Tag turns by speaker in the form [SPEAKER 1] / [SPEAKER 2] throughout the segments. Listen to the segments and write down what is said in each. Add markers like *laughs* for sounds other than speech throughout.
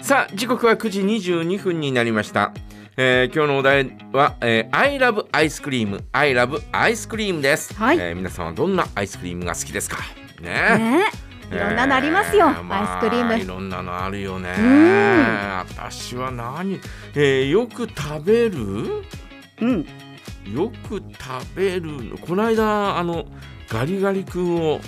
[SPEAKER 1] さあ時刻は9時22分になりました、えー今日のお題は、えー、I love アイスクリーム I love アイスクリームです、
[SPEAKER 2] はい
[SPEAKER 1] えー皆さんはどんなアイスクリームが好きですかね
[SPEAKER 2] ねいろんなのありますよ
[SPEAKER 1] えーまあ
[SPEAKER 2] アイスクリーム
[SPEAKER 1] いろんなのあるよね
[SPEAKER 2] ん
[SPEAKER 1] 私は何、えーよく食べる
[SPEAKER 2] うん
[SPEAKER 1] よく食べるのこの間あのガリガリ君を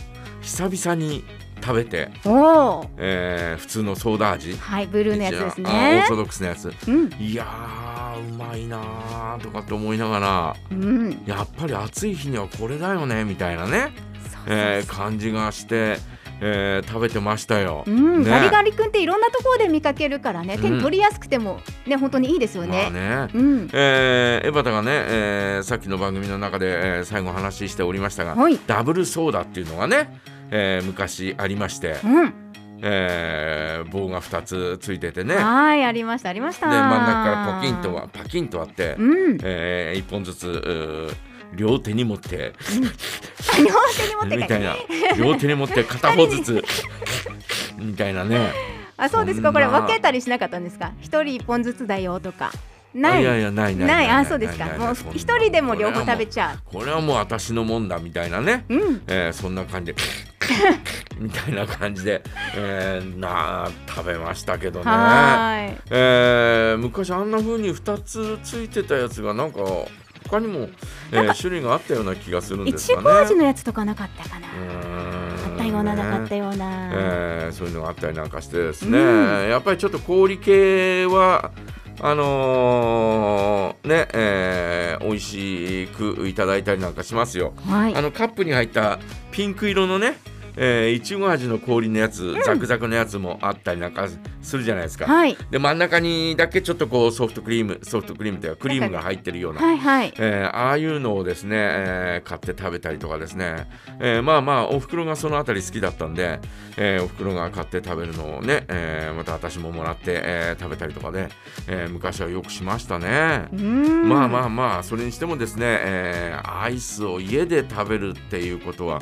[SPEAKER 1] 久々に食べて、
[SPEAKER 2] おお
[SPEAKER 1] えー普通のソーダ味
[SPEAKER 2] はいブルーのやつです
[SPEAKER 1] あオー
[SPEAKER 2] ね
[SPEAKER 1] ソドックスなやつ
[SPEAKER 2] うん
[SPEAKER 1] いやーうまいなーとかって思いながら
[SPEAKER 2] うん
[SPEAKER 1] やっぱり暑い日にはこれだよねみたいなね、
[SPEAKER 2] そう
[SPEAKER 1] え
[SPEAKER 2] そ
[SPEAKER 1] ー
[SPEAKER 2] う
[SPEAKER 1] 感じがして、えー食べてましたよ。
[SPEAKER 2] うん、
[SPEAKER 1] ね
[SPEAKER 2] ガリガリ君っていろんなところで見かけるからね、手
[SPEAKER 1] うん
[SPEAKER 2] に取りやすくてもね本当にいいですよ
[SPEAKER 1] ま
[SPEAKER 2] ね。
[SPEAKER 1] あね
[SPEAKER 2] うん、
[SPEAKER 1] えー、エバタがね、えーさっきの番組の中で、えー最後話しておりましたが、
[SPEAKER 2] はい
[SPEAKER 1] ダブルソーダっていうのがね、えー昔ありまして、
[SPEAKER 2] うん、
[SPEAKER 1] えー棒が2つついててねで真ん
[SPEAKER 2] はーいありましたありました。
[SPEAKER 1] 中からポキンとはパキンと割って、
[SPEAKER 2] うん、
[SPEAKER 1] え1本ずつうー両手に持って
[SPEAKER 2] 両手に持って
[SPEAKER 1] み
[SPEAKER 2] 帰
[SPEAKER 1] たい
[SPEAKER 2] る。
[SPEAKER 1] な両手に持って片方ずつみたいなね
[SPEAKER 2] *laughs* あそうです
[SPEAKER 1] そ
[SPEAKER 2] か
[SPEAKER 1] んな
[SPEAKER 2] これ分けたりしなかったんですか。一人一本ずつだよとかないい
[SPEAKER 1] やいやないない
[SPEAKER 2] ないあそうですか
[SPEAKER 1] ないない
[SPEAKER 2] もう
[SPEAKER 1] そんな
[SPEAKER 2] 一人でも両方食べちゃ
[SPEAKER 1] これはもうこれはもう私のもんだみたいなね
[SPEAKER 2] う。うん
[SPEAKER 1] えーそんな感じで *laughs* みたいな感じで、えーなあ食べましたけどね、
[SPEAKER 2] はーい。
[SPEAKER 1] えー昔あんな風に2つついてたやつがなんか他にも、えー種類があったような気がするん
[SPEAKER 2] い
[SPEAKER 1] です
[SPEAKER 2] ち
[SPEAKER 1] かね。
[SPEAKER 2] ご味のやつとかなかったかな。
[SPEAKER 1] うーん
[SPEAKER 2] あったようななかった
[SPEAKER 1] ね
[SPEAKER 2] ような。
[SPEAKER 1] えーそういうのがあったりなんかしてですね、
[SPEAKER 2] う
[SPEAKER 1] やっぱりちょっと氷系はあのーねえー美味しくいただいたりなんかしますよ。
[SPEAKER 2] はい
[SPEAKER 1] あ。のカップに入ったピンク色のね、えー、いちご味の氷のやつ、ザクザクのやつもあったりなんかするじゃないですか。
[SPEAKER 2] はい
[SPEAKER 1] で真ん中にだけちょっとこうソフトクリームソフトクリームというかクリームが入ってるような。
[SPEAKER 2] はいはい。
[SPEAKER 1] えーああいうのをですね、えー買って食べたりとかですね、えーまあまあおふくろがそのあたり好きだったんで、えーおふくろが買って食べるのをね、えーまた私ももらって、えー食べたりとかで、えー昔はよくしましたね。
[SPEAKER 2] うん。
[SPEAKER 1] まあまあまあそれにしてもですね、えーアイスを家で食べるっていうことは、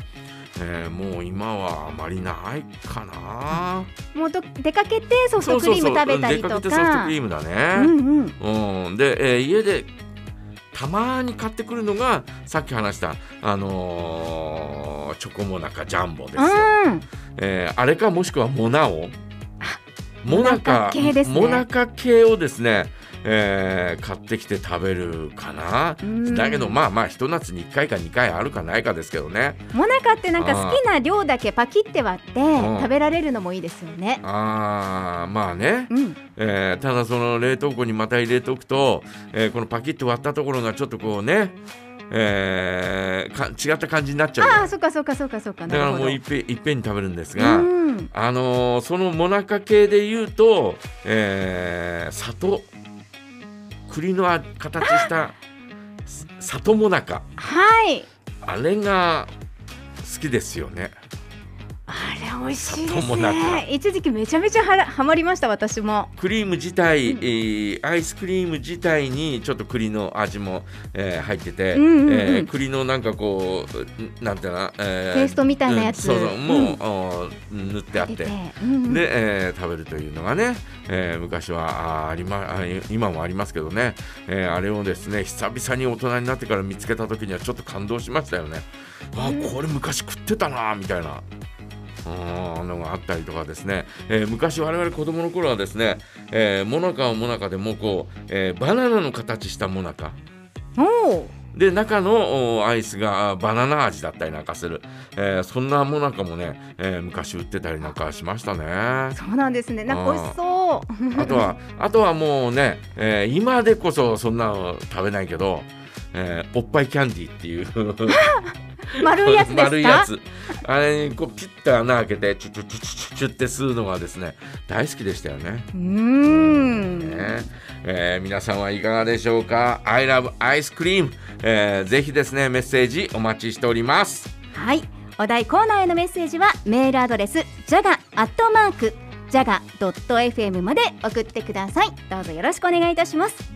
[SPEAKER 1] えーもう今はあまりないかな
[SPEAKER 2] もうど出かけてソフトクリーム食べたりと
[SPEAKER 1] そうそうそう出かけてソフト
[SPEAKER 2] か
[SPEAKER 1] クリ。ームだ
[SPEAKER 2] う
[SPEAKER 1] ね、
[SPEAKER 2] んうん。
[SPEAKER 1] うんで、えー家でたまに買ってくるのがさっき話したあのーチョコモナカジャンボですよ、
[SPEAKER 2] うん。
[SPEAKER 1] えーあれかもしくはモナオモナ
[SPEAKER 2] モナカ
[SPEAKER 1] カ
[SPEAKER 2] 系ですね
[SPEAKER 1] モナカ系をですね、えー買ってきて食べるかな
[SPEAKER 2] うん
[SPEAKER 1] だけどまあまあひと夏に1回か2回あるかないかですけどね
[SPEAKER 2] モナカってなんか好きな量だけパキって割って
[SPEAKER 1] ん
[SPEAKER 2] 食べられるのもいいですよね。
[SPEAKER 1] あーまあね、
[SPEAKER 2] うん、
[SPEAKER 1] えーただその冷凍庫にまた入れとくと、えーこのパキッと割ったところがちょっとこうね、えーか違った感じになっちゃう
[SPEAKER 2] あ
[SPEAKER 1] よ
[SPEAKER 2] あ、そうかそうかそうかそうか。
[SPEAKER 1] だからもういっ
[SPEAKER 2] 一
[SPEAKER 1] ぺんいっぺんに食べるんです
[SPEAKER 2] う
[SPEAKER 1] が、
[SPEAKER 2] ん、
[SPEAKER 1] あのーそのモナカ系で言うと、えー、里栗のあ形したす里モナカ
[SPEAKER 2] はい。
[SPEAKER 1] あれが好きですよね
[SPEAKER 2] あれ美味しいで
[SPEAKER 1] 砂糖
[SPEAKER 2] す
[SPEAKER 1] もな
[SPEAKER 2] ね。一時期めちゃめちゃはらハマりました私も。
[SPEAKER 1] クリーム自体、えーアイスクリーム自体にちょっと栗の味も、えー入ってて、
[SPEAKER 2] うんうんうん
[SPEAKER 1] えー栗のなんかこうんなんていうのかな、え
[SPEAKER 2] ペーストみたいなやつ
[SPEAKER 1] うんそうそうもう
[SPEAKER 2] うん、
[SPEAKER 1] あー塗ってあっ
[SPEAKER 2] 出
[SPEAKER 1] て
[SPEAKER 2] て。うんうん、
[SPEAKER 1] で、えー食べるというのがね、えー昔はあーあり、ま、あ今もありますけどね、えーあれをですね久々に大人になってから見つけた時にはちょっと感動しましたよね。あ
[SPEAKER 2] うん
[SPEAKER 1] これ昔食ってたなみたいな。うんのがあったりとかですね、えー昔我々子供の頃はですね、えーモナカはモナカでもこう、えーバナナの形したモナカ
[SPEAKER 2] おお、
[SPEAKER 1] で中のおアイスがあバナナ味だったりなんかする、えーそんなモナカもね、えー昔売ってたりなんかしましたね。
[SPEAKER 2] そうなんですね。なんか美味しそう。
[SPEAKER 1] あとは、あとはもうね、えー今でこそそんなの食べないけど、えーおっぱいキャンディーっていう
[SPEAKER 2] *laughs* 丸いやつですか。
[SPEAKER 1] 丸いやつあれにこうピッと穴開けてチュチュチュチュチュチュって吸うのがですね大好きでしたよね。
[SPEAKER 2] うーん。
[SPEAKER 1] ねえー皆さんはいかがでしょうか I love ice cream、えーぜひですねメッセージお待ちしております
[SPEAKER 2] はい。お題コーナーへのメッセージはメールアドレスジャガアットマークジャガドット FM まで送ってください。どうぞよろしくお願いいたします。